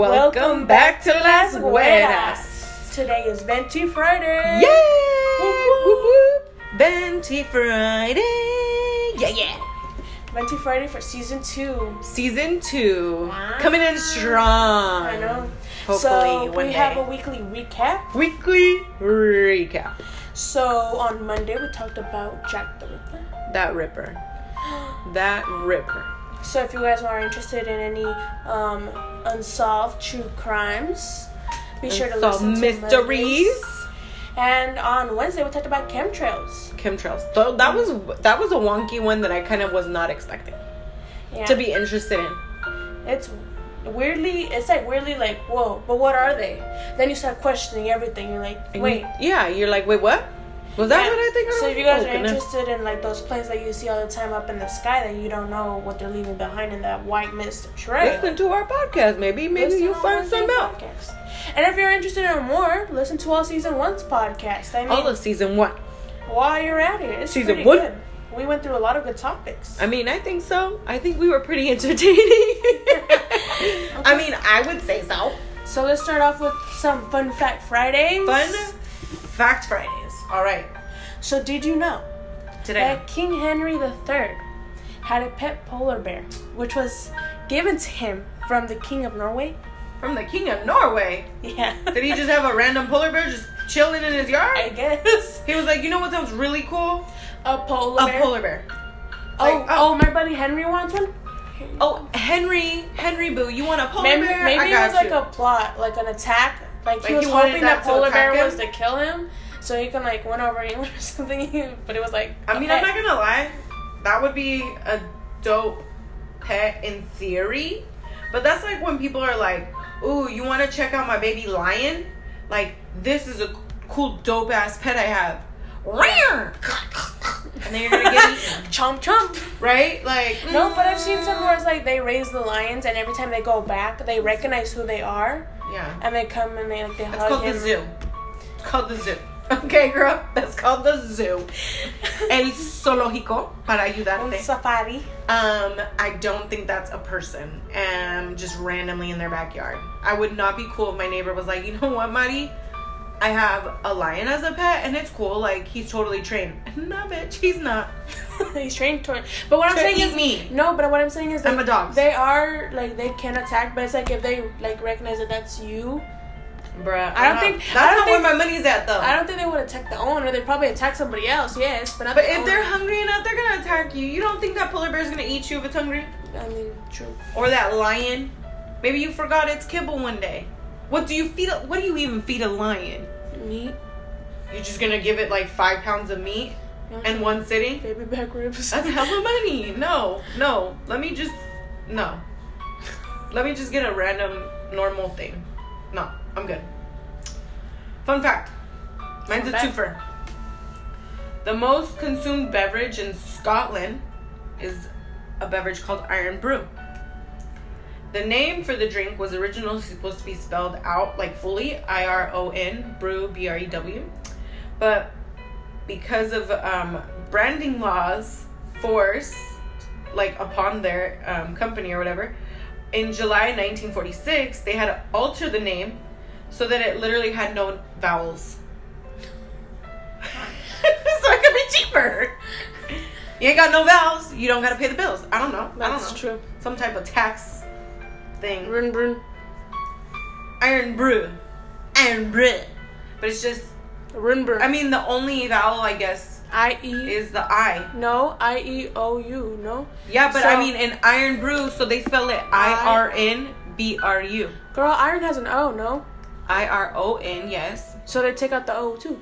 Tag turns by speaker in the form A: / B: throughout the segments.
A: Welcome, back to Las Buenas.
B: Today is Venti Friday.
A: Yay! Whoop, whoop. Venti Friday. Yeah, yeah.
B: Venti Friday for season two.
A: Season two.
B: Wow.
A: Coming in strong.
B: Ah. I know.
A: Hopefully
B: so
A: one
B: we
A: day.
B: have a weekly recap.
A: Weekly recap.
B: So on Monday we talked about Jack the Ripper.
A: That ripper. That ripper.
B: So if you guys are interested in any um, unsolved true crimes, be sure to
A: Unsolved
B: listen to
A: mysteries.
B: Mondays. And on Wednesday we talked about chemtrails.
A: Chemtrails. Though that was that was a wonky one that I kind of was not expecting
B: Yeah.
A: to be interested in.
B: It's weirdly, it's like weirdly like, whoa, but what are they? Then you start questioning everything. You're like,
A: And
B: wait.
A: you- yeah, you're like, wait, what? Was that
B: Yeah.
A: what I think?
B: So if you guys
A: Oh,
B: are
A: goodness.
B: interested in like those planes that you see all the time up in the sky that you don't know what they're leaving behind in that white mist trail,
A: Listen to our podcast. Maybe maybe
B: listen
A: you'll
B: on
A: find
B: Wednesday
A: some out.
B: podcast. And if you're interested in more, listen to all season one's podcast. I mean,
A: All of season one.
B: while you're at it, it's
A: Season
B: pretty
A: one.
B: Good. We went through a lot of good topics.
A: I mean, I think so. I think we were pretty entertaining. I mean, I would say so.
B: so let's start off with some fun fact Fridays.
A: Fun fact Fridays. All right,
B: So did you know
A: today.
B: that King Henry III had a pet polar bear, which was given to him from the King of Norway?
A: From the king of Norway.
B: Yeah.
A: Did he just have a random polar bear just chilling in his yard?
B: I guess.
A: He was like, you know what sounds really cool?
B: A polar
A: A
B: bear.
A: polar bear.
B: oh,
A: like,
B: oh, my buddy Henry wants one.
A: Oh, Henry, Henry Boo, you want a polar
B: Maybe,
A: bear? I
B: maybe it
A: got
B: was like
A: you.
B: a plot, like an attack. Like,
A: Like,
B: he was
A: he wanted
B: hoping
A: that
B: that
A: to
B: polar
A: attack
B: bear
A: him?
B: was to kill him, so he can like win over England or something. But it was like
A: I mean, I'm not gonna lie, that would be a dope pet in theory, but that's like when people are like, "Ooh, you want to check out my baby lion? Like, this is a cool dope ass pet I have." Rare, and then you're gonna get eaten,
B: chomp chomp.
A: right? Like,
B: No, but I've seen some where it's like they raise the lions, and every time they go back, they recognize who they are,
A: yeah,
B: and they come and they like they
A: that's
B: hug
A: called
B: him.
A: the zoo. It's called the zoo. Okay, girl, that's called the zoo. El zoológico para
B: Un
A: ayudarte.
B: safari.
A: Um, I don't think that's a person. Um, just randomly in their backyard. I would not be cool if my neighbor was like, you know what, Marty? I have a lion as a pet and it's cool. Like he's totally trained. No, bitch, he's not.
B: He's trained to it. But what I'm
A: To
B: saying
A: eat
B: is
A: me.
B: No, but what I'm saying is
A: I'm
B: like,
A: a dog.
B: They are like they can attack, but it's like if they like recognize that that's you.
A: Bruh,
B: I don't
A: not-
B: think-
A: that's
B: I don't
A: not
B: think-
A: where my money's at though.
B: I don't think they would attack the owner. They'd probably attack somebody else. Yes, but not
A: but
B: the
A: if
B: owner.
A: they're hungry enough, they're gonna attack you. You don't think that polar bear's gonna eat you if it's hungry?
B: I mean, true.
A: Or that lion? Maybe you forgot it's kibble one day. What do you feed? A, what do you even feed a lion?
B: Meat,
A: You're just gonna give it like five pounds of meat
B: Yeah.
A: in one sitting?
B: baby back ribs.
A: That's hella money. No, no. Let me just no. Let me just get a random normal thing. No, I'm good. Fun fact. Mine's a
B: Fun fact.
A: twofer. The most consumed beverage in Scotland is a beverage called Iron Brew. The name for the drink was originally supposed to be spelled out like fully I R O N, brew, B R E W. But because of um, branding laws force like upon their um, company or whatever in july 1946 they had to alter the name so that it literally had no vowels so it could be cheaper you ain't got no vowels you don't got to pay the bills i don't know i don't
B: That's
A: know
B: true.
A: some type of tax thing
B: Brun brun,
A: iron brew iron brew but it's just
B: brun brun.
A: i mean the only vowel i guess
B: I e
A: is the i
B: no I e o u no.
A: Yeah, but
B: So-
A: I mean an iron brew, so they spell it I R N B R U.
B: Girl, iron has an o no,
A: I R O N, yes.
B: so they take out the o too.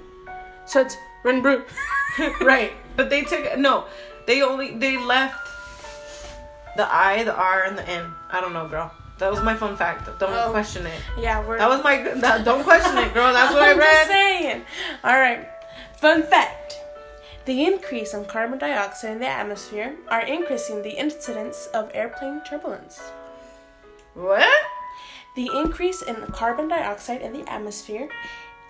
B: So it's brun brun.
A: right. But they took no, they only they left the I, the R, and the N. I don't know, girl. That was my fun fact. Don't
B: Oh.
A: question it.
B: Yeah, we're.
A: That was my that, don't question it, girl. Oh, That's what I
B: I'm Just
A: read.
B: saying. All right. Fun fact: the increase in carbon dioxide in the atmosphere are increasing the incidence of airplane turbulence.
A: What?
B: The increase in carbon dioxide in the atmosphere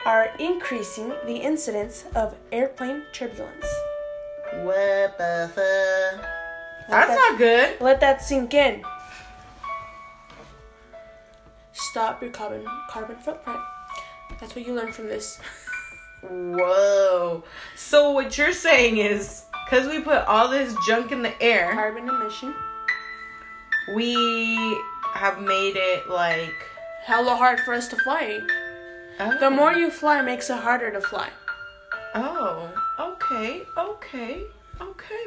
B: are increasing the incidence of airplane turbulence.
A: What the fuck? That's
B: that-
A: not good.
B: Let that sink in. stop your carbon carbon footprint. That's what you learn from this.
A: Whoa. So what you're saying is because we put all this junk in the air,
B: Carbon emission.
A: we have made it like
B: Hella hard for us to fly.
A: oh,
B: The more you fly makes it harder to fly.
A: Oh, okay, okay, okay.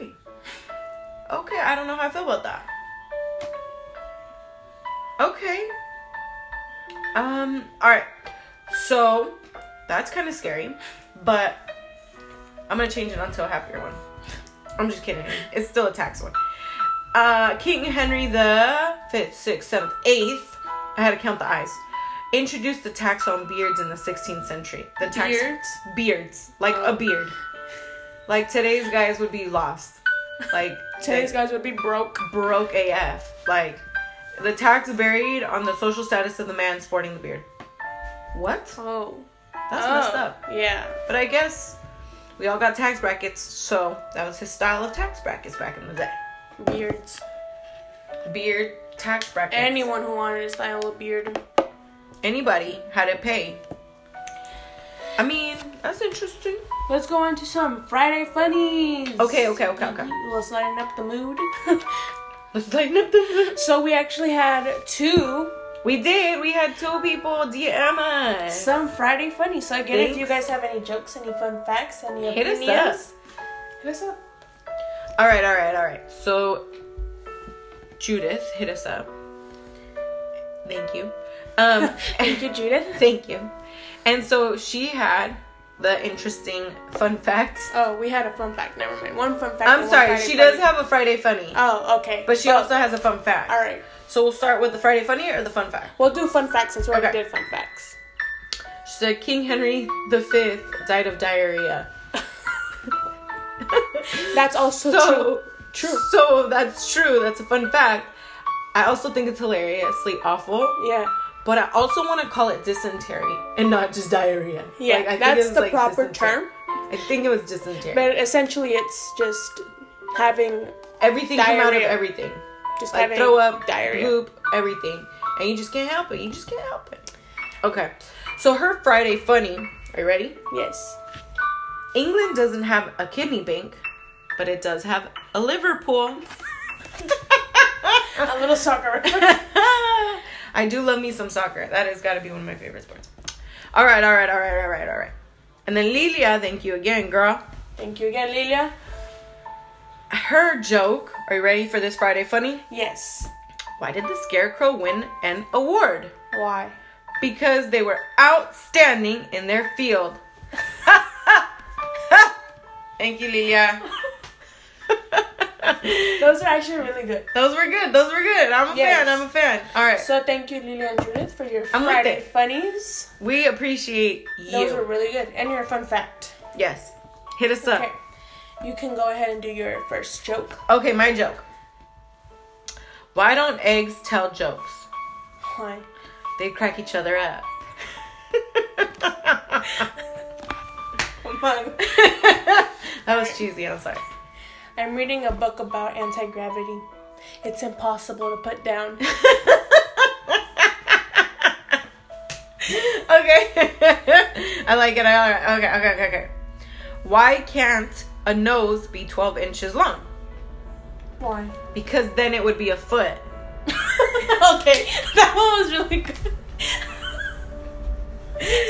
A: Okay, I don't know how I feel about that. Okay. Um, alright. So that's kind of scary, but I'm gonna change it onto a happier one. I'm just kidding. It's still a tax one. Uh, King Henry the fifth, sixth, seventh, eighth. I had to count the eyes. Introduced the tax on beards in the 16th century. The tax
B: Beards?
A: beards, like a beard. Like today's guys would be lost. Like
B: Today's
A: today's
B: guys would be broke.
A: broke AF. Like the tax buried on the social status of the man sporting the beard. What?
B: Oh.
A: That's
B: oh.
A: messed up.
B: Yeah.
A: But I guess we all got tax brackets, so that was his style of tax brackets back in the day.
B: Beards.
A: Beard tax brackets.
B: Anyone who wanted to style a beard.
A: Anybody had to pay. I mean, that's interesting.
B: Let's go on to some Friday funnies.
A: Okay, okay, okay, okay.
B: Let's lighten up the mood.
A: Let's lighten up the.
B: so we actually had two
A: We did. We had two people DM us.
B: some Friday funnies. So again, if you
A: Thanks.
B: guys have any jokes, any fun facts, any
A: Hit us
B: opinions, hit us up.
A: All right, all right, all right. So Judith hit us up. Thank you. Um,
B: Thank you, Judith.
A: thank you. And so she had the interesting fun facts.
B: Oh, we had a fun fact. Never mind. One fun fact. and
A: I'm
B: one
A: sorry,
B: Friday
A: she
B: funny.
A: does have a Friday funny,
B: Oh, okay.
A: but she also has a fun fact.
B: All right.
A: So we'll start with the Friday funny or the fun fact.
B: We'll do fun facts since we already
A: Okay.
B: did fun facts.
A: She said King Henry V died of diarrhea.
B: That's also true.
A: so true. So that's true. That's a fun fact. I also think it's hilariously awful,
B: Yeah.
A: but I also want to call it dysentery and not just diarrhea.
B: Yeah,
A: Like, I think it
B: that's
A: was,
B: the
A: like,
B: proper
A: dysentery.
B: term.
A: I think it was dysentery.
B: But essentially, it's just having
A: everything came out of
B: diarrhea.
A: everything.
B: just
A: Like
B: having
A: throw up,
B: diarrhea.
A: poop, everything, and you just can't help it. You just can't help it. Okay, so her Friday funny. Are you ready?
B: Yes.
A: England doesn't have a kidney bank, but it does have a liver pool. Ah.
B: A little soccer.
A: I do love me some soccer. That has got to be one of my favorite sports. All right, all right, all right, all right, all right. And then Lilia, thank you again, girl.
B: Thank you again, Lilia.
A: Her joke. Are you ready for this Friday funny?
B: Yes.
A: Why did the scarecrow win an award?
B: Why?
A: Because they were outstanding in their field. Thank you, Lilia.
B: Those are actually really good.
A: Those were good. Those were good. I'm a
B: Yes.
A: fan. I'm a fan. All right.
B: So thank you, Lilia and Judith, for your
A: I'm with
B: Friday
A: it.
B: funnies.
A: we appreciate you.
B: Those were really good, and your fun fact.
A: yes. Hit us up.
B: Okay. You can go ahead and do your first joke.
A: Okay, my joke. Why don't eggs tell jokes?
B: Why?
A: They crack each other up. that was cheesy, I'm sorry.
B: I'm reading a book about anti gravity. It's impossible to put down.
A: Okay. I like it. I alright. Okay, okay, okay, okay. Why can't a nose be 12 inches long?
B: Why?
A: Because then it would be a foot.
B: okay, that one was really good.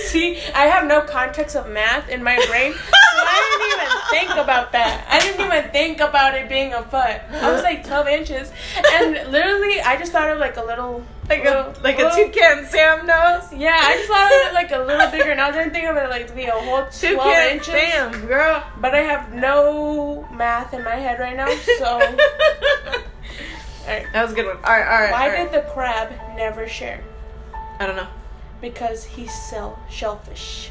B: See, I have no context of math in my brain, so I didn't even think about that. I didn't even think about it being a foot. I was like 12 inches, and literally, I just thought of like a little,
A: Like a
B: little-
A: like a
B: little-
A: toucan Sam nose.
B: Yeah, I just thought of it like a little bigger, and I didn't think of it like to be a whole 12
A: Toucan
B: inches.
A: Sam, girl.
B: But I have no math in my head right now, so. Alright.
A: That was a good one. All right, all right.
B: Why
A: all right.
B: did the crab never share?
A: I don't know.
B: Because he sell shellfish.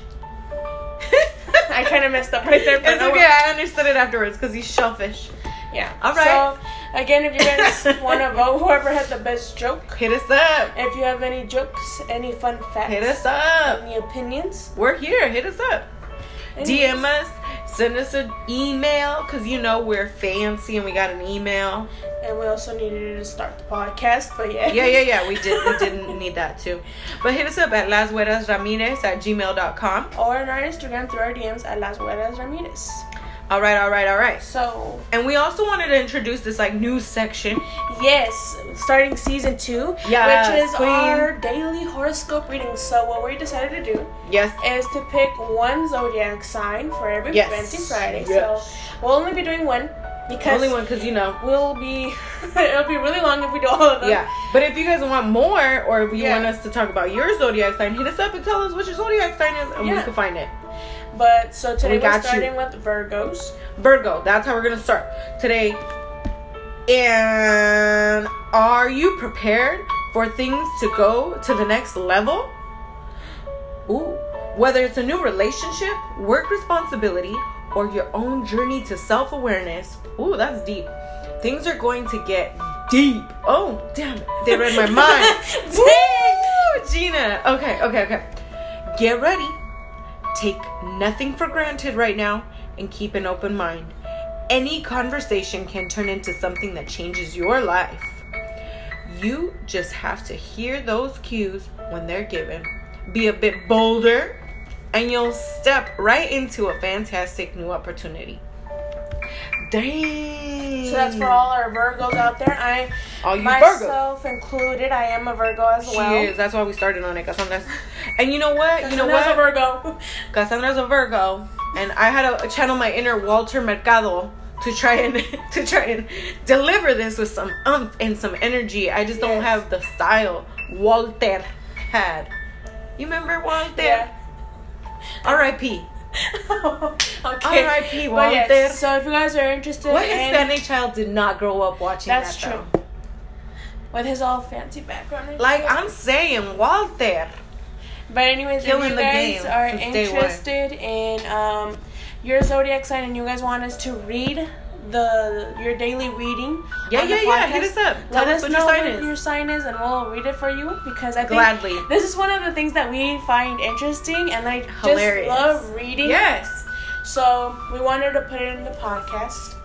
B: I kind of messed up right there, but
A: It's
B: no
A: okay.
B: worries.
A: I understood it afterwards because he's shellfish.
B: yeah.
A: All right.
B: So again, if you guys want to vote, whoever had the best joke,
A: Hit us up.
B: if you have any jokes, any fun facts,
A: Hit us up.
B: any opinions,
A: We're here. Hit us up.
B: any-
A: DM us. Send us an email because you know we're fancy and we got an email.
B: And we also needed to start the podcast, but yeah.
A: Yeah, yeah, yeah. We did we didn't need that too. But hit us up at lasguerasramirez at gmail.com.
B: Or on our Instagram through our DMs at Las Buenas Ramirez.
A: All right, all right, all right.
B: So
A: And we also wanted to introduce this like news section.
B: Yes, starting season two,
A: Yes,
B: which is
A: queen.
B: our daily horoscope reading. So what we decided to do
A: Yes.
B: is to pick one zodiac sign for every
A: Yes.
B: fancy Friday.
A: Yes.
B: So we'll only be doing one because
A: Only one because you know.
B: we'll be it'll be really long if we do all of them.
A: Yeah. But if you guys want more or if you
B: Yeah.
A: want us to talk about your zodiac sign, hit us up and tell us what your zodiac sign is and we
B: Yeah.
A: can find it.
B: But so today
A: We
B: we
A: got
B: are
A: you.
B: starting with Virgos.
A: Virgo, that's how we're gonna start today. And are you prepared for things to go to the next level? Ooh, whether it's a new relationship, work responsibility, or your own journey to self awareness. Ooh, that's deep. Things are going to get deep. Oh, damn it. They read my mind.
B: Dang.
A: Woo, Gina. Okay, okay, okay. Get ready. Take nothing for granted right now and keep an open mind. Any conversation can turn into something that changes your life. You just have to hear those cues when they're given. Be a bit bolder, and you'll step right into a fantastic new opportunity. Dang.
B: So that's for all our Virgos out there. I
A: All you Virgos.
B: myself included, I am a Virgo as
A: She
B: well.
A: is. That's why we started on it, Cassandra's. And you know what? You know
B: Cassandra's
A: what?
B: a Virgo.
A: Cassandra's a Virgo, and I had to channel my inner Walter Mercado to try and to try and deliver this with some umph and some energy. I just don't
B: Yes.
A: have the style Walter had. You remember Walter?
B: Yeah.
A: R.I.P.
B: okay.
A: R.I.P.
B: But yes,
A: Walter.
B: so if you guys are interested
A: What
B: in
A: Hispanic child did not grow up watching
B: that's
A: that?
B: true.
A: though?
B: With his all fancy background. and
A: Like
B: shit.
A: I'm saying, Walter.
B: But anyways, if
A: killing
B: you
A: the
B: guys
A: game
B: are
A: since day one.
B: interested in um, your zodiac sign and you guys want us to read the your daily reading,
A: Yeah,
B: on the
A: yeah, yeah. Hit
B: podcast,
A: us up. Tell
B: Let
A: us
B: us
A: what
B: know
A: your sign
B: what
A: is.
B: your sign is, and we'll read it for you because I think
A: Gladly.
B: this is one of the things that we find interesting and I
A: Hilarious.
B: just love reading.
A: Yes.
B: So we wanted to put it in the podcast.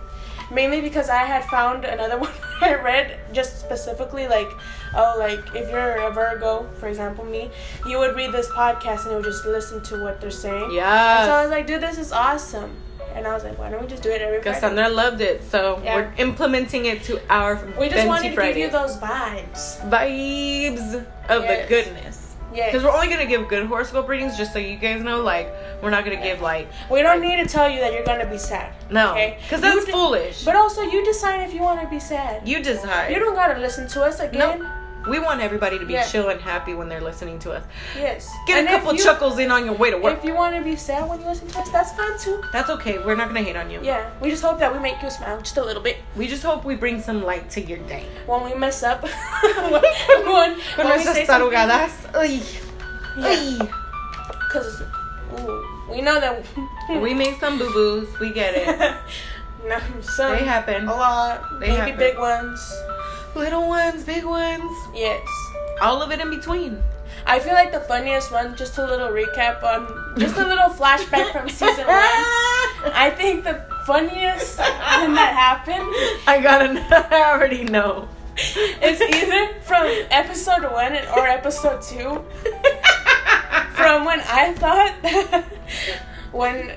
B: Mainly because I had found another one I read just specifically like, oh, like if you're a Virgo, for example, me, you would read this podcast and you would just listen to what they're saying. And so I
A: Yes.
B: was like, dude, this is awesome. And I was like, why don't we just do it every Friday?
A: Cassandra loved it, so
B: Yeah.
A: we're implementing it to our
B: We just
A: Fenty
B: wanted to give you
A: Fridays.
B: those vibes.
A: vibes of
B: Yes.
A: the goodness.
B: Yeah.
A: Because we're only gonna give good horoscope readings, just so you guys know. Like, we're not gonna give like
B: we don't need to tell you that you're gonna be sad.
A: no,
B: Okay.
A: because
B: You
A: that's
B: de-
A: foolish.
B: But also, you decide if you want to be sad.
A: you decide.
B: You don't gotta listen to us again.
A: we want everybody to be
B: Yeah.
A: chill and happy when they're listening to us.
B: Yes.
A: Get
B: And
A: a
B: if
A: couple
B: you-
A: chuckles in on your way to work.
B: If you want to be sad when you listen to us, that's fine too.
A: that's okay. We're not gonna hate on you.
B: Yeah, we just hope that we make you smile just a little bit
A: We just hope we bring some light to your day.
B: when we mess up. when, when,
A: Con
B: when we
A: nuestras
B: say something-
A: tarugadas. Ay,
B: Yeah,
A: ay.
B: 'cause, ooh, we know that
A: We make some boo boos. We get it.
B: no, some
A: They
B: a
A: happen.
B: lot,
A: They
B: maybe
A: happen.
B: big ones.
A: Little ones, big ones,
B: Yes.
A: all of it in between.
B: I feel like the funniest one, just a little recap on, just a little flashback from season one. I think the funniest thing that happened
A: I gotta. I already know.
B: It's either from episode one and- or episode two. From when I thought that when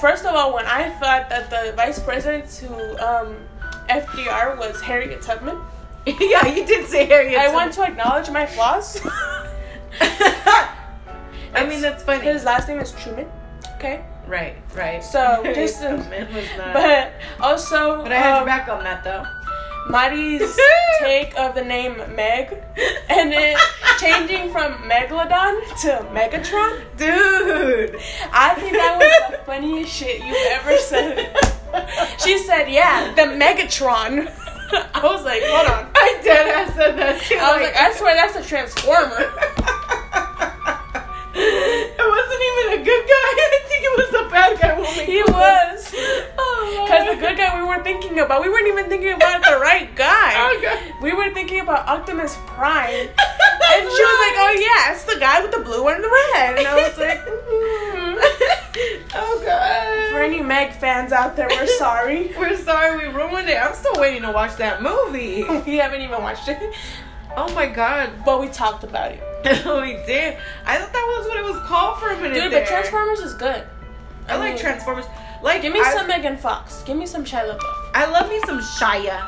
B: first of all when I thought that the vice president to um, FDR was Harriet Tubman.
A: yeah, you did say Harriet.
B: I want to acknowledge my flaws.
A: I mean, that's funny.
B: His last name is Truman. Okay.
A: right, right.
B: So,
A: Harriet
B: just-
A: Tubman was not- But,
B: But also
A: I had
B: um,
A: your back on that though.
B: Mari's take of the name Meg and it changing from Megalodon to Megatron.
A: dude.
B: I think that was the funniest shit you ever said. She said, "Yeah, the Megatron." I was like, "Hold on."
A: I did. I said that. Too.
B: I was like, "I swear that's a transformer."
A: it wasn't even a good guy. I think it was a bad guy. We'll make
B: He
A: fun of.
B: was,
A: Oh,
B: cause the good guy we were thinking about, we weren't even thinking about the right guy.
A: Okay.
B: We were thinking about Optimus Prime, and she was like, "Oh yeah, it's the guy with the blue and the red." And I was like,
A: oh god.
B: "Hmm." "For any Meg sorry.
A: We're sorry we ruined it. I'm still waiting to watch that movie.
B: We haven't even watched it,
A: Oh my god.
B: but we talked about it.
A: we did. I thought that was what it was called for a minute.
B: Dude,
A: there.
B: but Transformers is good.
A: I, like
B: mean,
A: Transformers. Like
B: Give me
A: I,
B: some Megan Fox. Give me some Shia LaBeouf.
A: I love me some Shia.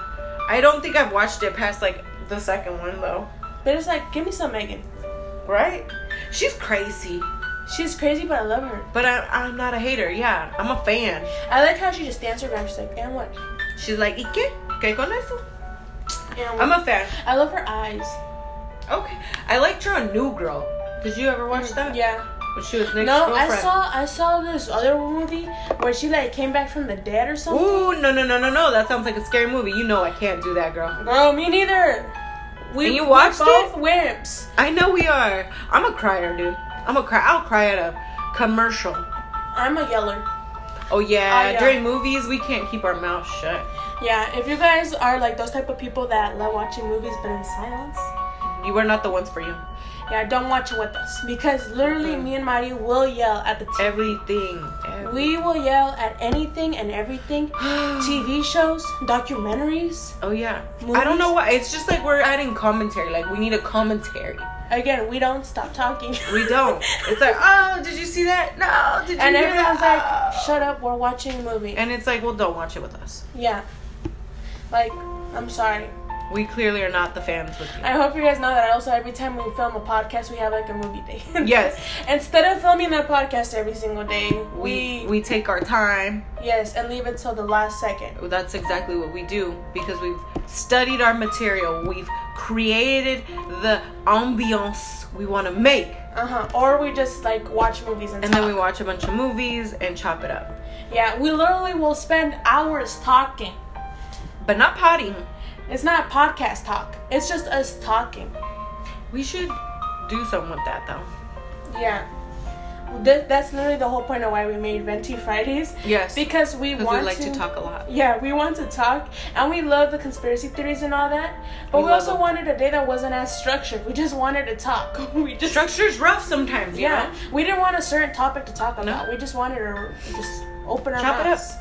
A: I don't think I've watched it past like the second one though.
B: But it's like, give me some Megan.
A: Right? She's crazy,
B: She's crazy, but I love her.
A: but I, I'm not a hater. Yeah, I'm a fan.
B: I like how she just dances around. She's like, and what?
A: She's like, ¿y qué? ¿Qué con eso?
B: And what?
A: I'm a fan.
B: I love her eyes.
A: Okay. I liked her on New Girl. Did you ever watch that?
B: Mm, Yeah.
A: When she was next
B: no,
A: girlfriend.
B: I saw I saw this other movie where she like came back from the dead or something.
A: Ooh, no, no, no, no, no. That sounds like a scary movie. You know I can't do that, girl.
B: Girl, me neither. We
A: And you watched
B: we both wimps.
A: I know we are. I'm a crier, dude. I'm a cry. I'll cry at a commercial.
B: I'm a yeller.
A: Oh yeah,
B: Oh, yeah.
A: during movies we can't keep our mouth shut.
B: Yeah, if you guys are like those type of people that love watching movies but in silence,
A: You were not the ones for you.
B: yeah, don't watch it with us because literally
A: Mm.
B: me and Mario will yell at the TV.
A: Everything. every-
B: We will yell at anything and everything. TV shows, documentaries.
A: oh yeah. I don't know why. It's just like we're adding commentary. Like we need a commentary.
B: Again, we don't stop talking.
A: We don't. it's like, oh, did you see that? No, did you?
B: and
A: hear
B: everyone's like,
A: that? Oh."
B: "Shut up, we're watching a movie."
A: And it's like, well, don't watch it with us.
B: Yeah. Like, I'm sorry.
A: We clearly are not the fans with you.
B: I hope you guys know that also every time we film a podcast, we have like a movie day.
A: Yes.
B: Instead of filming that podcast every single day, we,
A: we we take our time.
B: yes, and leave it till the last second.
A: That's exactly what we do because we've studied our material. We've created the ambiance we want to make.
B: Uh huh. Or we just like watch movies and,
A: And then we
B: talk.
A: watch a bunch of movies and chop it up.
B: yeah, we literally will spend hours talking.
A: But not potting.
B: It's not podcast talk. It's just us talking.
A: We should do something with that though.
B: Yeah. Th- that's literally the whole point of why we made Venti Fridays.
A: Yes. Because
B: Because we
A: we
B: want
A: like to talk a lot.
B: Yeah, we want to talk, and we love the conspiracy theories and all that. But
A: We
B: we,
A: love
B: also
A: them.
B: wanted a day that wasn't as structured. We just wanted to talk. We just
A: Structure's rough sometimes, you
B: yeah.
A: know?
B: We didn't want a certain topic to talk about.
A: No.
B: We just wanted to just open our
A: Chop it up.
B: mouths.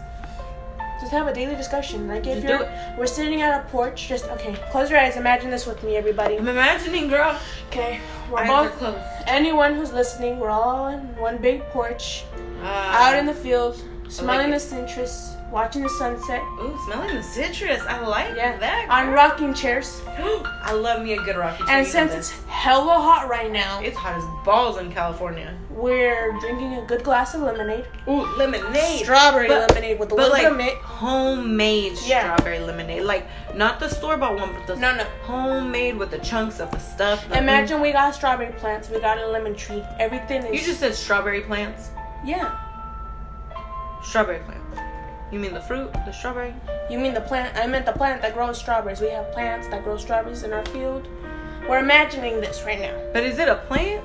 B: Just have a daily discussion. Like if
A: Just
B: you're
A: do
B: we're sitting at a porch, just okay. Close your eyes. Imagine this with me, everybody.
A: I'm imagining, girl.
B: Okay, we're
A: Mm-hmm. Eyes are
B: both.
A: closed.
B: Anyone who's listening, we're all in one big porch,
A: Uh,
B: out in the field, smelling
A: it.
B: the citrus, watching the sunset.
A: Ooh, smelling the citrus. I like
B: Yeah,
A: that.
B: on rocking chairs.
A: girl. I love me a good rocky
B: And
A: chair, you know
B: since
A: this.
B: it's hella hot right now,
A: it's hot as balls in California.
B: we're drinking a good glass of lemonade.
A: Ooh, lemonade.
B: Strawberry
A: But-
B: lemonade with a
A: But
B: little
A: like
B: bit of mint.
A: homemade
B: Yeah.
A: strawberry lemonade, like not the store bought one, but the
B: No, no.
A: homemade with the chunks of the stuff. the-
B: Imagine we got strawberry plants, we got a lemon tree. Everything is
A: mm-hmm. you just said strawberry plants.
B: yeah.
A: Strawberry plants. You mean the fruit, the strawberry?
B: You mean the plant? I meant the plant that grows strawberries. We have plants that grow strawberries in our field. We're imagining this right now.
A: But is it a plant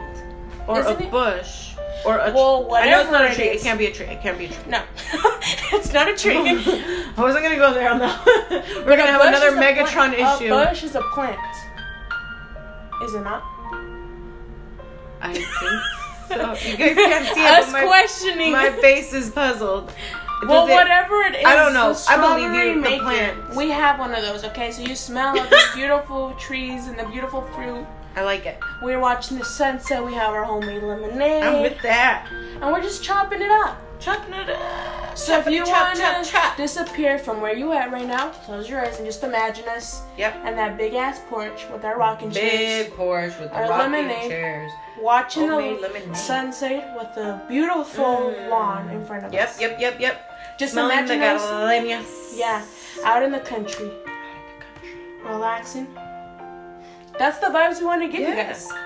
A: or
B: Isn't
A: a
B: it-
A: bush or a?
B: Well,
A: I know it's not
B: whatever
A: a tree.
B: it
A: It
B: is.
A: can't be a tree. It can't be a tree.
B: No, it's not a tree.
A: I wasn't gonna go there on that. one. We're gonna
B: Oh. A
A: have
B: bush
A: another
B: is a
A: Megatron
B: plant.
A: issue.
B: A bush is a plant. Is it not?
A: I think so. You guys can't see it. but
B: Us
A: my,
B: questioning.
A: my face is puzzled.
B: Well,
A: Does it-
B: whatever it is,
A: I don't know.
B: the
A: I believe
B: strawberry
A: you, the
B: maker,
A: plant.
B: We have one of those. Okay, so you smell the beautiful trees and the beautiful fruit.
A: I like it.
B: We're watching the sunset. We have our homemade lemonade,
A: I'm with that.
B: and we're just chopping it up.
A: Chopping it up.
B: So if
A: Chopping
B: you
A: it, chop,
B: want
A: chop,
B: to
A: chop.
B: disappear from where you at right now, close your eyes and just imagine us
A: Yep.
B: and that big ass porch with our rocking chairs,
A: Big porch with the
B: Our
A: rocking
B: lemonade.
A: chairs.
B: watching
A: homemade
B: the
A: lemonade.
B: sunset with the beautiful lawn in front of
A: Mm. Yep,
B: us.
A: yep, yep, yep.
B: Just
A: Smelling the
B: imagine us,
A: gardenias.
B: yeah, out in the country. relaxing. That's the vibes we want to give
A: Yes.
B: you guys.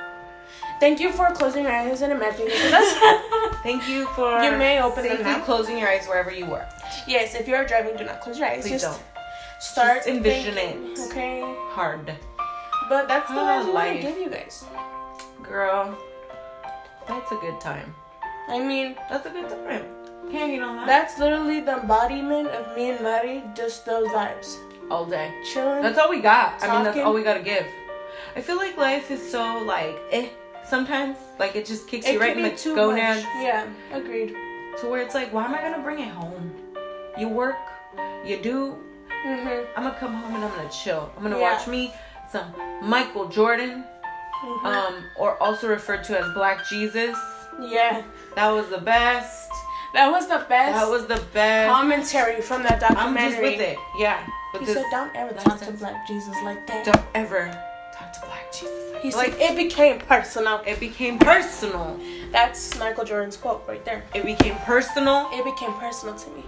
B: Thank you for closing your eyes and imagining this with us.
A: Thank you for
B: You may open them
A: safely
B: now.
A: closing your eyes wherever you were.
B: yes, if you are driving, do not close your eyes.
A: Please
B: just
A: don't.
B: start
A: Just envision
B: thinking,
A: it.
B: Okay,
A: Hard.
B: but that's the
A: Oh,
B: vibes we want
A: life.
B: to give you guys.
A: Girl, that's a good time.
B: I mean,
A: That's a good time. Can't get on that.
B: that's literally the embodiment of me and Maddie. Just those vibes,
A: all day.
B: chilling.
A: That's all we got. I mean, that's
B: Talking.
A: all we gotta give. I feel like life is so like eh. Sometimes, like it just kicks
B: it
A: you
B: could
A: right in
B: be
A: the
B: too much.
A: gonads
B: Yeah, agreed.
A: to where it's like, why am I gonna bring it home? You work you do.
B: Mhm.
A: I'm gonna come home and I'm gonna chill. I'm gonna
B: Yeah.
A: watch me some Michael Jordan,
B: Mhm.
A: um, or also referred to as Black Jesus.
B: yeah.
A: That was the best.
B: That was the best
A: That was the best.
B: commentary from that
A: I'm
B: documentary.
A: just with it. Yeah. With
B: He
A: this,
B: said, "Don't ever
A: that
B: talk to
A: sense.
B: Black Jesus like that."
A: don't ever talk to Black Jesus. Like,
B: He
A: like
B: said, "It became personal."
A: it became personal.
B: That's Michael Jordan's quote right there.
A: It became personal,
B: It became personal to me.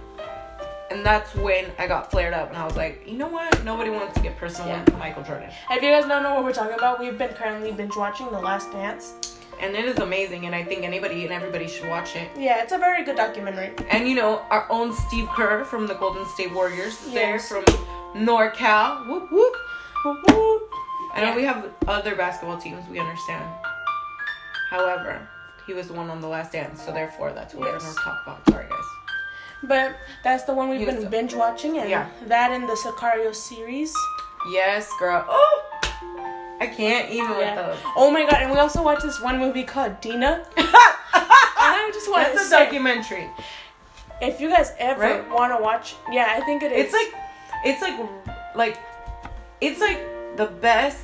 A: and that's when I got flared up, and I was like, you know what? Nobody wants to get personal
B: Yeah.
A: with Michael Jordan,
B: If you guys don't know what we're talking about, we've been currently binge watching The Last Dance.
A: and it is amazing, and I think anybody and everybody should watch it.
B: Yeah, it's a very good documentary.
A: And you know, our own Steve Kerr from the Golden State Warriors, there
B: Yes.
A: from NorCal. Whoop whoop.
B: Woo-woo.
A: I know we have other basketball teams, we understand. However, he was the one on the last dance, so therefore that's what
B: Yes.
A: we're gonna talk about. Sorry guys.
B: But that's the one we've
A: He was
B: been
A: the-
B: binge watching, and
A: Yeah.
B: that in the Sicario series.
A: Yes, girl. Oh I can't even with those.
B: Oh my god! And we also watched this one movie called Dina. I just want to
A: That's a
B: say,
A: documentary.
B: if you guys ever
A: Right?
B: want to watch, yeah, I think it is.
A: It's like it's like like it's like the best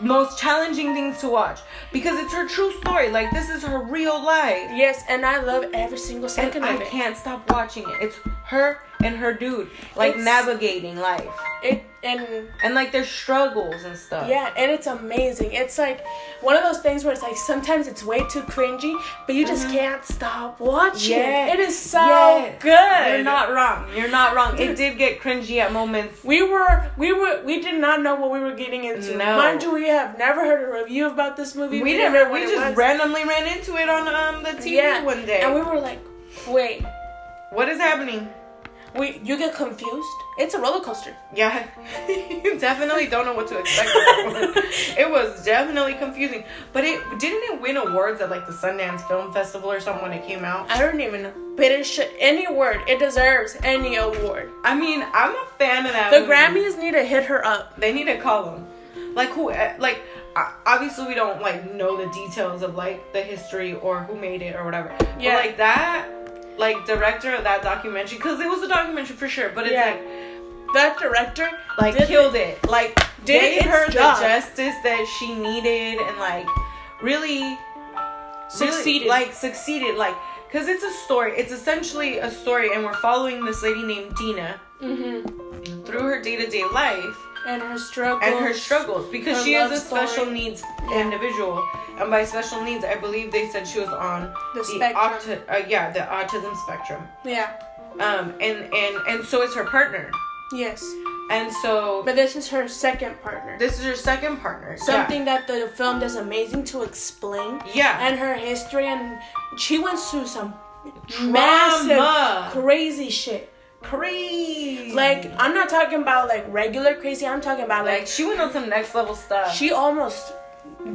A: most challenging things to watch because it's her true story. Like this is her real life.
B: yes, and I love every single second
A: And I
B: of it.
A: can't stop watching it. It's her and her dude like
B: It's-
A: navigating life
B: It and
A: and like their struggles and stuff.
B: yeah, and it's amazing. It's like one of those things where it's like sometimes it's way too cringy, but you just can't stop watching.
A: Mm-hmm. Yeah.
B: It is so
A: Yes.
B: good.
A: You're not wrong. You're not wrong. It did get cringy at moments.
B: We were, we were, we did not know what we were getting into.
A: No.
B: Mind you, we have never heard a review about this movie.
A: We,
B: didn't
A: didn't.
B: know
A: We
B: what it
A: just
B: was.
A: randomly ran into it on um the TV
B: yeah.
A: one day.
B: and we were like, wait,
A: what is happening?
B: we you get confused? It's a roller coaster.
A: Yeah, you definitely don't know what to expect. with that one. it was definitely confusing, but it didn't it win awards at like the Sundance Film Festival or something when it came out.
B: I don't even know, but it should any award. It deserves any award.
A: I mean, I'm a fan of that.
B: The
A: movie.
B: Grammys need to hit her up.
A: They need to call them. Like who? eh, Like o- obviously we don't like know the details of like the history or who made it or whatever.
B: Yeah.
A: But like that, like director of that documentary because it was a documentary for sure. But it's
B: Yeah.
A: like
B: That director,
A: like
B: did-
A: killed it. Like
B: did
A: gave
B: its
A: her
B: job.
A: the justice that she needed and like really really,
B: Succeeded.
A: like succeeded. Like because it's a story. It's essentially a story, and we're following this lady named Dina
B: Mm-hmm.
A: through her day to day life
B: and her struggle
A: and her struggles because
B: Her
A: she is
B: love
A: a special
B: story.
A: needs individual and by special needs i believe they said she was on
B: The spectrum.
A: auti- uh, yeah the autism spectrum
B: Yeah.
A: um and and and so is her partner
B: Yes.
A: and so
B: But this is her second partner.
A: this is her second partner Yeah.
B: Something that the film does amazing to explain.
A: yeah,
B: And her history, and she went through some
A: Trauma.
B: massive, crazy shit.
A: crazy
B: Like I'm not talking about like regular crazy. I'm talking about
A: like
B: like
A: she went on some next level stuff
B: she almost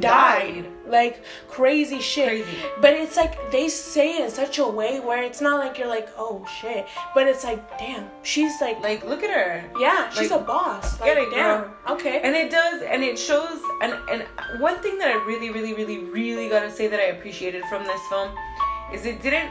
B: died.
A: Died.
B: Like crazy shit.
A: Crazy.
B: But it's like they say it in such a way where it's not like you're like, oh shit. But it's like, damn, she's like,
A: like look at her
B: yeah, she's
A: like,
B: a boss.
A: get
B: Like,
A: it,
B: damn.
A: girl.
B: Okay.
A: and it does and it shows and and one thing that i really really really really gotta say that i appreciated from this film is it didn't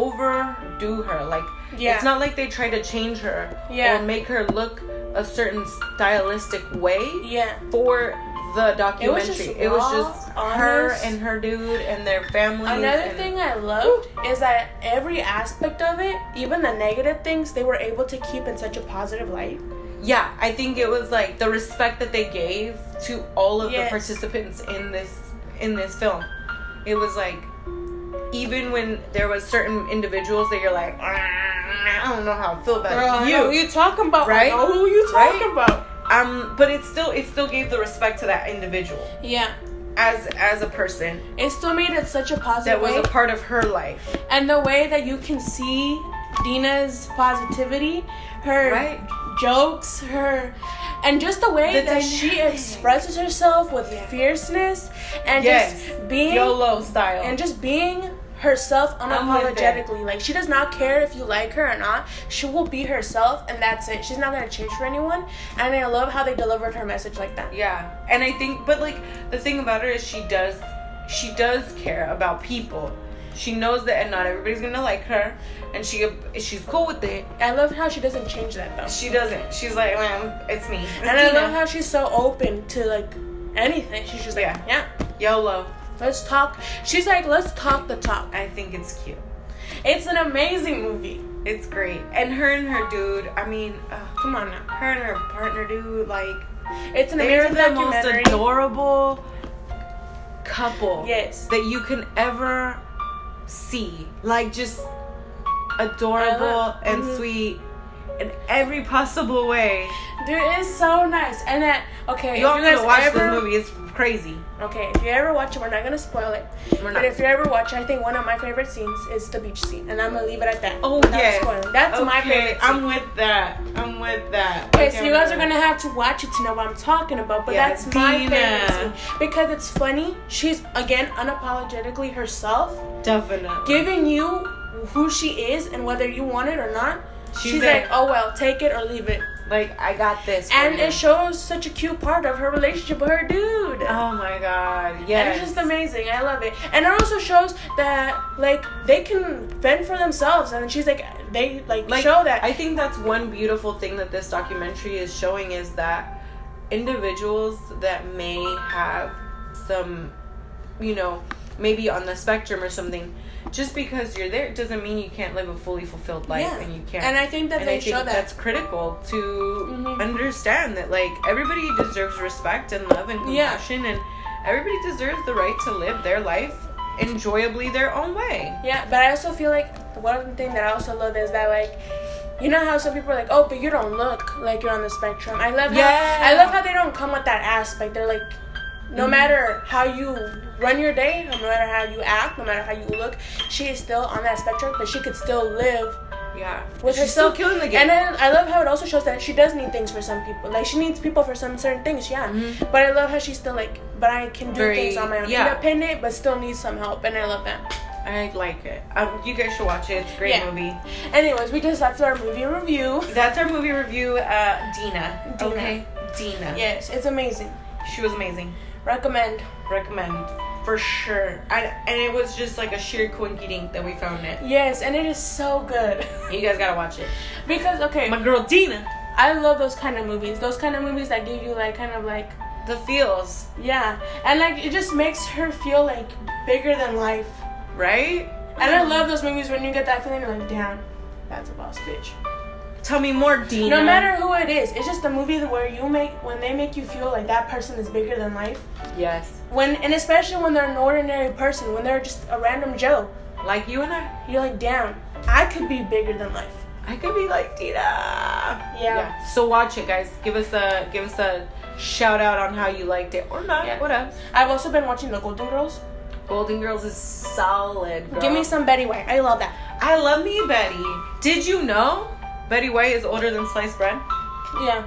A: overdo her like
B: Yeah.
A: it's not like they tried to change her
B: Yeah.
A: or make her look a certain stylistic way
B: yeah.
A: for the
B: It was
A: documentary
B: just
A: it was
B: raw,
A: just her
B: honest.
A: and her dude and their family
B: Another thing I loved is that every aspect of it, even the negative things, they were able to keep in such a positive light.
A: yeah i think it was like the respect that they gave to all of
B: Yes.
A: the participants in this in this film it was like even when there was certain individuals that you're like "Ah, i don't know how i feel about you
B: you talking about?
A: I
B: Right?
A: know who
B: you
A: talking
B: about?
A: um but it still it still gave the respect to that individual
B: Yeah.
A: as as a person
B: It still made it such a
A: that
B: positive
A: was
B: way.
A: a part of her life
B: and the way that you can see Dina's positivity, her
A: Right.
B: jokes, her and just the way
A: The
B: that she
A: dynamic.
B: expresses herself with
A: Yeah.
B: fierceness and
A: Yes.
B: just being
A: yolo style
B: and just being herself
A: I'm with it.
B: unapologetically. Like she does not care if you like her or not. She will be herself and that's it. She's not gonna change for anyone. And I love how they delivered her message like that.
A: Yeah, and I think, but like the thing about her is she does, she does care about people, She knows that and not everybody's gonna like her, and she she's cool with it.
B: I love how she doesn't change that though.
A: She doesn't. She's like, well, it's me.
B: And I
A: Christina.
B: love how she's so open to like anything. She's just like,
A: Yeah.
B: yeah,
A: YOLO.
B: let's talk. She's like, let's talk the talk.
A: I think it's cute.
B: It's an amazing movie.
A: It's great. And her and her dude. I mean, uh,
B: Come on now.
A: her and her partner dude. Like
B: It's an
A: they're
B: amazing
A: the most
B: documentary.
A: adorable couple.
B: yes.
A: that you can ever see. Like just adorable
B: I love-
A: and
B: mhm.
A: sweet in every possible way.
B: Dude, it's so nice. And that okay,
A: You all
B: if you guys
A: gotta watch
B: ever
A: this movie. It's crazy.
B: okay, if you ever watch it, we're not gonna spoil it.
A: We're
B: But
A: not.
B: if you ever watch, it, I think one of my favorite scenes is the beach scene, and I'm gonna leave it at that.
A: Oh
B: Without
A: yes,
B: spoiling. that's my
A: Okay,
B: favorite. Scene.
A: I'm with that. I'm with that.
B: Okay, so you guys are gonna have to watch it to know what I'm talking about, but
A: Yeah,
B: that's my
A: Dina.
B: favorite scene because it's funny. She's again unapologetically herself,
A: definitely
B: giving you who she is and whether you want it or not.
A: She's
B: She's,
A: it.
B: like, oh well, take it or leave it,
A: like I got this. for
B: and
A: you.
B: it shows such a cute part of her relationship with her dude.
A: oh my god,
B: And
A: yes.
B: it's just amazing. I love it. And it also shows that like they can fend for themselves and she's like they like,
A: like
B: show that.
A: I think that's one beautiful thing that this documentary is showing is that individuals that may have some, you know, maybe on the spectrum or something, just because you're there doesn't mean you can't live a fully fulfilled life
B: Yeah.
A: and you can't.
B: and I think that
A: and
B: they
A: I think
B: show that.
A: that's critical to
B: Mhm.
A: understand that like everybody deserves respect and love and
B: Yeah.
A: compassion and everybody deserves the right to live their life enjoyably their own way.
B: Yeah, but I also feel like the one thing that I also love is that like you know how some people are like, oh, but you don't look like you're on the spectrum. I love
A: Yeah. Mm-hmm.
B: how I love how they don't come with that aspect. They're like, no matter how you run your day, no matter how you act, no matter how you look, she is still on that spectrum, but she could still live
A: Yeah.
B: with
A: She's still
B: herself.
A: killing the game.
B: And then I love how it also shows that she does need things for some people. Like she needs people for some certain things, yeah.
A: Mhm.
B: But I love how she's still like, but I can do
A: Very-
B: things on my own,
A: yeah.
B: independent, but still needs some help, and I love that.
A: I like it. Um, you guys should watch it. It's a great
B: Yeah.
A: movie.
B: Anyways, we just left our movie review.
A: That's our movie review. Uh, Dina.
B: Dina.
A: Okay. Dina.
B: Yes, it's amazing.
A: She was amazing.
B: Recommend.
A: Recommend for sure. I, and it was just like a sheer coincidence that we found it.
B: Yes, and it is so good.
A: You guys gotta watch it.
B: because okay,
A: My girl Dina.
B: I love those kind of movies. Those kind of movies that give you like kind of like
A: The feels,
B: yeah, and like it just makes her feel like bigger than life.
A: right?
B: And I love those movies when you get that feeling you're like, damn, that's a boss bitch.
A: Tell me more, Dina.
B: No matter who it is, it's just a movie where you make when they make you feel like that person is bigger than life.
A: Yes.
B: When and especially when they're an ordinary person, when they're just a random Joe,
A: Like you and I,
B: you're like, damn, I could be bigger than life.
A: I could be like Dina. Yeah.
B: Yeah.
A: So watch it, guys. Give us a give us a shout out on how you liked it or not.
B: Yeah.
A: What else?
B: I've also been watching The Golden Girls.
A: Golden Girls is solid. Girl.
B: Give me some Betty White. I love that.
A: I love me Betty. Did you know Betty White is older than sliced bread?
B: Yeah.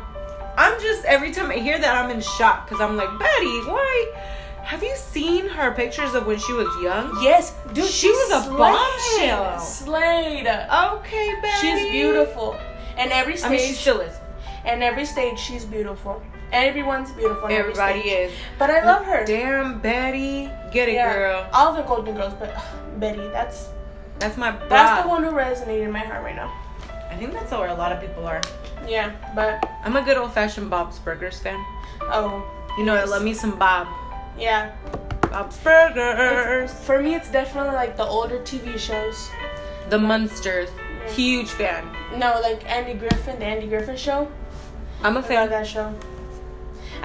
A: I'm just every time I hear that I'm in shock because I'm like Betty White. Have you seen her pictures of when she was young?
B: Yes, dude.
A: She was a
B: slayed.
A: bombshell.
B: Slayed.
A: Okay, Betty.
B: She's beautiful. And every stage,
A: I mean, she still is.
B: and every stage, she's beautiful. Everyone's beautiful. on every
A: Everybody
B: stage.
A: is.
B: But I love her.
A: Damn, Betty. Get it,
B: Yeah,
A: girl.
B: all the Golden Girls, but ugh, Betty. That's
A: That's my bra.
B: that's the one who resonated in my heart right now.
A: I think that's where a lot of people are.
B: Yeah, but
A: I'm a good old fashioned Bob's Burgers fan.
B: oh
A: You know, I love me some Bob.
B: yeah.
A: Bob's Burgers.
B: For me, it's definitely like the older TV shows.
A: The Munsters.
B: Mm.
A: Huge fan.
B: No, like Andy Griffin, the Andy Griffin show.
A: I'm a
B: I love
A: fan.
B: that show.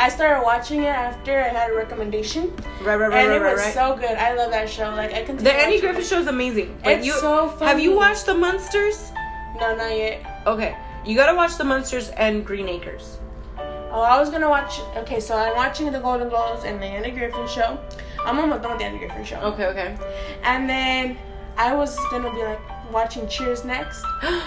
B: I started watching it after I had a recommendation,
A: Right, right, right,
B: and
A: right,
B: it
A: right,
B: was
A: right.
B: so good. I love that show. Like I can.
A: The Andy Griffith Show is amazing. but
B: It's
A: you,
B: so
A: Have you
B: funny.
A: watched The Munsters?
B: No, not yet.
A: Okay, you gotta watch The Munsters and Green Acres.
B: Oh, I was gonna watch. Okay, so I'm watching The Golden Globes and the Andy Griffin show. I'm almost done with the Andy Griffin show.
A: Okay, okay.
B: And then I was gonna be like watching Cheers next.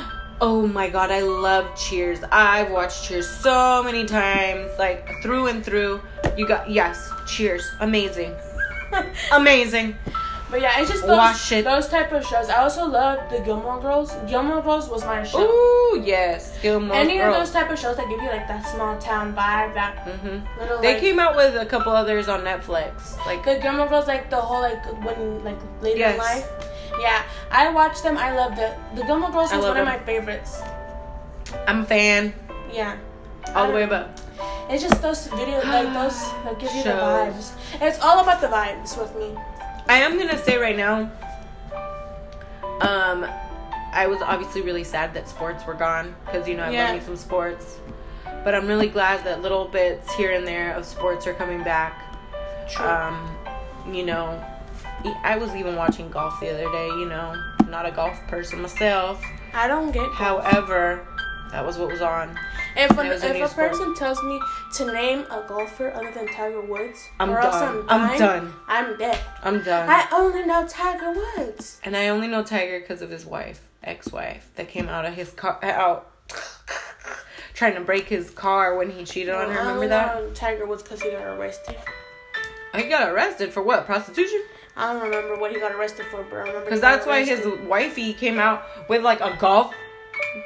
A: Oh my god, I love Cheers. I've watched Cheers so many times, like through and through. You got yes, Cheers, amazing,
B: but
A: amazing.
B: Um, yeah, it's just those,
A: Watch it.
B: those type of shows. I also love the Gilmore Girls. Gilmore Girls was my show.
A: Ooh yes, Gilmore
B: Any of those
A: Girls.
B: type of shows that give you like that small town vibe, that
A: Mhm.
B: little
A: They
B: like,
A: came out with a couple others on Netflix. Like
B: The Gilmore Girls, like the whole like when like later
A: Yes.
B: in life, Yeah, I watched them. I loved it. The Gilmore Girls
A: I
B: was
A: love
B: one of
A: them.
B: my favorites.
A: I'm a fan
B: Yeah.
A: all the way above.
B: It's just those videos, like those that give you the
A: Shows.
B: vibes. It's all about the vibes with me.
A: I am gonna say right now, um, I was obviously really sad that sports were gone because you know I
B: Yeah.
A: love me some sports, but I'm really glad that little bits here and there of sports are coming back.
B: True.
A: Um, you know, e- I was even watching golf the other day. You know, not a golf person myself.
B: I don't get.
A: However, that was what was on.
B: If,
A: it
B: an,
A: was a new
B: if a
A: sport.
B: person tells me to name a golfer other than Tiger Woods,
A: I'm
B: or else
A: done.
B: I'm,
A: I'm
B: dying,
A: done.
B: I'm dead.
A: I'm done.
B: I only know Tiger Woods.
A: and I only know Tiger because of his wife, ex-wife, that came out of his car out trying to break his car when he cheated on her.
B: I
A: Remember
B: only
A: that?
B: know Tiger Woods because he got arrested.
A: He got arrested for what? Prostitution?
B: I don't remember what he got arrested for, but I remember.
A: Because that's why his wifey came out with like a golf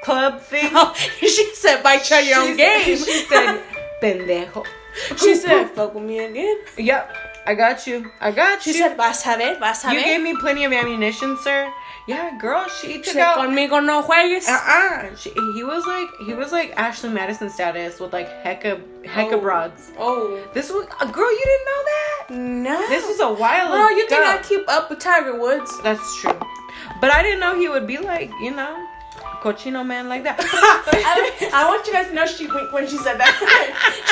A: club thing.
B: she said, "Bite your
A: She said- She said, "Pendejo."
B: she said, "Fuck with me again."
A: "Yep, I got you. I got
B: She
A: you."
B: said, "Vas a ver, vas a
A: "You gave
B: ver."
A: me plenty of ammunition, sir." Yeah, girl. She took
B: She said,
A: out
B: "Conmigo no juegues."
A: Uh-uh. She, he was like he was like Ashley Madison status with like hecka hecka
B: Oh.
A: broads.
B: Oh
A: This was a girl. You didn't know that.
B: no!
A: This was a while
B: Girl,
A: ago.
B: you think I keep up with Tiger Woods?
A: That's true. But I didn't know he would be like you know, cochino man like that.
B: I, I want you guys to know she winked when she said that.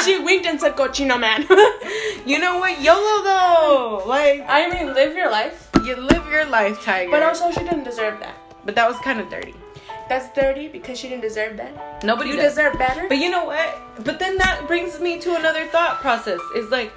B: she winked and said cochino man.
A: you know what? YOLO though. Like
B: I mean, live your life.
A: you live your life, Tiger.
B: But also, she didn't deserve that.
A: but that was kind of dirty.
B: That's dirty because she didn't deserve that.
A: Nobody
B: you
A: does.
B: deserve better.
A: But you know what? But then that brings me to another thought process. Is like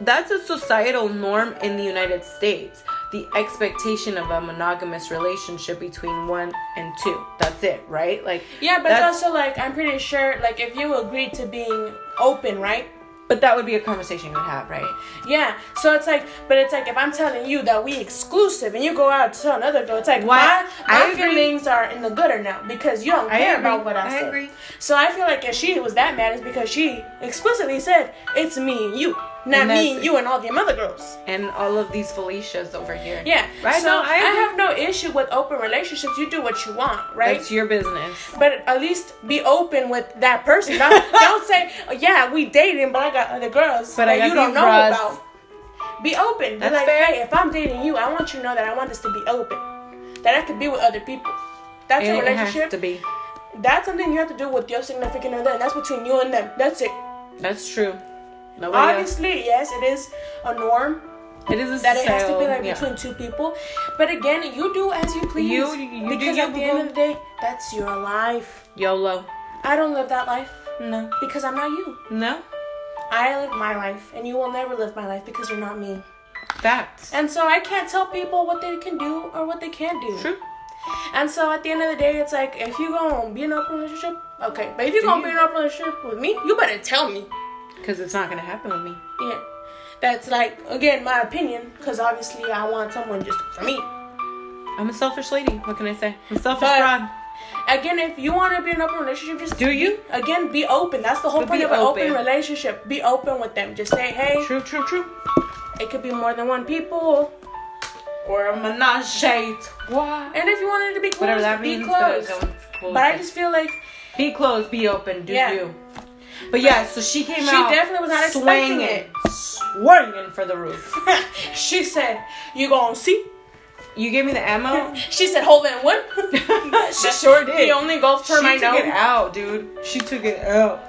A: that's a societal norm in the United States. The expectation of a monogamous relationship between one and two. That's it, right? Like
B: yeah, but
A: that's-
B: it's also like I'm pretty sure like if you agreed to being open, right?
A: but that would be a conversation you would have, right?
B: Yeah. So it's like, but it's like if I'm telling you that we exclusive and you go out to another girl, it's like
A: Why-
B: my,
A: I
B: my
A: agree.
B: feelings are in the good or not because you don't care about what I,
A: I
B: said.
A: agree.
B: So I feel like if she was that mad, it's because she explicitly said it's me and you, not
A: And
B: me
A: that's-
B: and you and all the other girls.
A: And all of these Felicias over here.
B: Yeah.
A: Right?
B: So
A: No, I
B: I,
A: agree.
B: have no issue with open relationships. You do what you want, right?
A: That's your business.
B: but at least be open with that person. Don't, don't say, oh, "Yeah, we dating, but I got other girls
A: But I
B: that
A: got
B: you don't
A: these
B: know
A: broads."
B: about." Be open. Be
A: That's
B: like,
A: fair.
B: "Hey, if I'm dating you, I want you to know that I want this to be open, that I could be with other people." That's
A: And
B: a
A: it has
B: relationship.
A: to be.
B: That's something you have to do with your significant other, and that's between you and them. That's it.
A: That's true. Nobody else.
B: Obviously, yes, it is a norm
A: It is a
B: that it has to be
A: societal-
B: like
A: yeah.
B: between two people. But again, you do as you please.
A: You- you do
B: because
A: you,
B: at the end
A: boo-boo.
B: of the day, that's your life.
A: YOLO.
B: I don't live that life
A: No.
B: because I'm not you.
A: No.
B: I live my life, and you will never live my life because you're not me.
A: Facts.
B: And so I can't tell people what they can do or what they can't do.
A: True.
B: And so at the end of the day, it's like if you gonna be in an open relationship, okay. But if you gonna be in an open relationship with me, you better tell me.
A: Because it's not gonna happen with me.
B: Yeah, that's like again my opinion, because obviously I want someone just for me.
A: I'm a selfish lady. What can I say? I'm a selfish
B: But-
A: broad.
B: Again, if you want to be in an open relationship, just
A: Do you?
B: Again, be open. That's the whole
A: But
B: point
A: be
B: of an open
A: open.
B: relationship. Be open with them. Just say, hey,
A: True, true, true.
B: it could be more than one people.
A: Or a menage a trois.
B: And if you wanted to be close,
A: Whatever that
B: be
A: means.
B: close.
A: But, it's close.
B: But I just feel like
A: be close, be open, do
B: Yeah.
A: you? But yeah, so she came
B: She
A: out.
B: definitely was not expecting
A: swinging,
B: it.
A: swinging for the roof.
B: she said, "You gonna see?"
A: You gave me the ammo.
B: She said, "Hold in one."
A: She sure did.
B: The only golf
A: she
B: term I
A: took it
B: know.
A: out, dude. She took it out.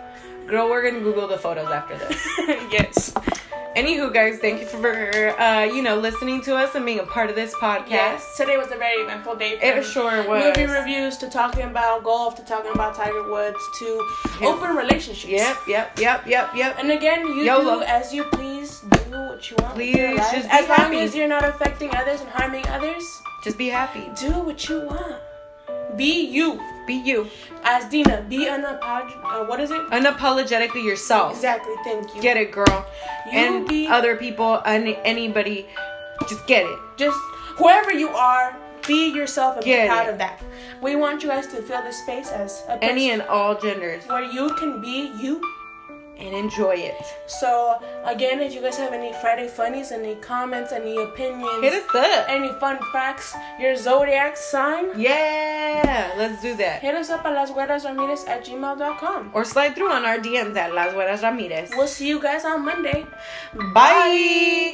A: Girl, we're gonna Google the photos after this.
B: yes.
A: Anywho, guys, thank you for uh, you know listening to us and being a part of this podcast.
B: Yes. Today was a very eventful day. for
A: It
B: me.
A: sure was.
B: Movie reviews to talking about golf to talking about Tiger Woods to open relationships.
A: Yep, yep, yep, yep, yep.
B: And again, you
A: YOLO.
B: do as you please. Do what you want. with your
A: Please,
B: life.
A: just be
B: as long
A: happy.
B: as you're not affecting others and harming others,
A: Just be happy.
B: do what you want. Be you.
A: Be you.
B: As Dina, be unapologetic. Uh, what is it?
A: Unapologetically yourself.
B: Exactly. Thank you.
A: Get it, girl.
B: You
A: and
B: be-
A: other people and anybody, just get it.
B: Just whoever you are, be yourself and
A: Get
B: be proud
A: it.
B: of that. We want you guys to feel this space as a place
A: Any and all genders.
B: where you can be you
A: and enjoy it.
B: So again, if you guys have any Friday funnies, any comments, any opinions,
A: Hit us up.
B: any fun facts, your zodiac sign,
A: Yeah, let's do that.
B: hit us up at lasguerrasramirez at gmail.com.
A: Or slide through on our DMs at Las Buenas Ramirez.
B: We'll see you guys on Monday.
A: Bye.